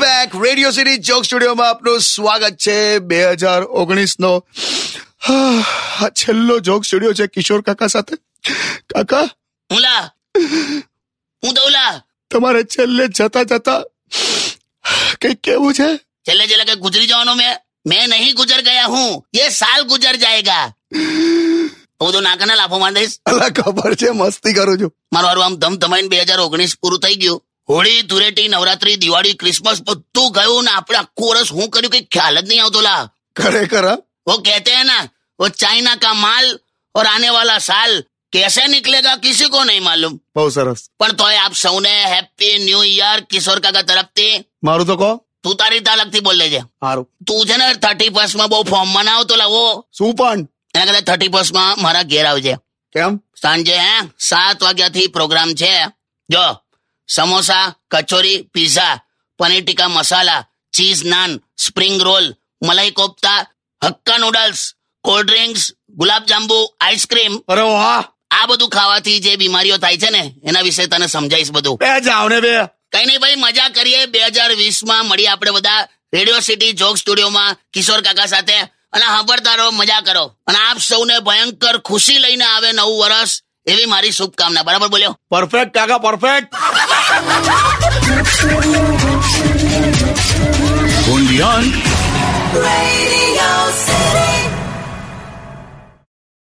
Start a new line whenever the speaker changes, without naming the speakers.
Radio City joke સ્ટુડિયોમાં આપનું સ્વાગત છે બે હજાર ઓગણીસનો આ છેલ્લો જોક સ્ટુડિયો છે કિશોર કાકા સાથે કાકા
હુંલા હું દઉલા
તમારે છેલ્લે જતા જતા કંઈક કેવું છે
છેલ્લે છેલ્લે કે ગુજરી જવાનો મેં મેં નહીં ગુજર ગયા હું ये साल तो ગુજર જાયેગા હું તો નાકાના લાફો માર દઈશ
અલા ખબર છે મસ્તી કરું છું
મારું હારું આમ ધમધમાઈને બે હજાર ઓગણીસ પૂરું થઈ ગયું હોળી ધૂળેટી નવરાત્રી દિવાળી ક્રિસમસ બધું ગયું ને આપણે આખું વર્ષ હું કર્યું કઈ ખ્યાલ જ નહીં આવતો લા
ખરેખર હા?
वो कहते हैं ना वो चाइना का माल और आने वाला साल कैसे निकलेगा किसी को नहीं मालूम तो
બહુ સરસ
પણ તોય આપ સૌને હેપી ન્યૂ યર કિશોર કાકા તરફથી
મારું તો કહો
તું તારી તરફથી બોલે છે
સારું
તું છે ને થર્ટી ફર્સ્ટ માં બહુ ફોર્મ માં ના આવતો લાવો
શું પણ
એના કરતા થર્ટી ફર્સ્ટ માં મારા ઘેર આવજે
કેમ
સાંજે હે સાત વાગ્યાથી પ્રોગ્રામ છે જો samosa kachori pizza paneer tikka masala cheese naan spring roll malai kofta hakka noodles cold drinks gulab jamun ice cream
અરે વાહ
આ બધું ખાવાથી જે બીમારીઓ થાય છે ને એના વિશે તને સમજાઈશ બધું
બે જાવ ને બે
કઈ નહીં ભાઈ મજા કરીએ બે હજાર વીસ માં મળીએ આપણે બધા રેડિયો સિટી જોક સ્ટુડિયોમાં કિશોર કાકા સાથે અને ખબરદારો મજા કરો અને આપ સૌને ભયંકર ખુશી લઈને આવે નવું વર્ષ એવી મારી શુભકામના બરાબર બોલ્યો
પરફેક્ટ કાકા પરફેક્ટ
Radio City.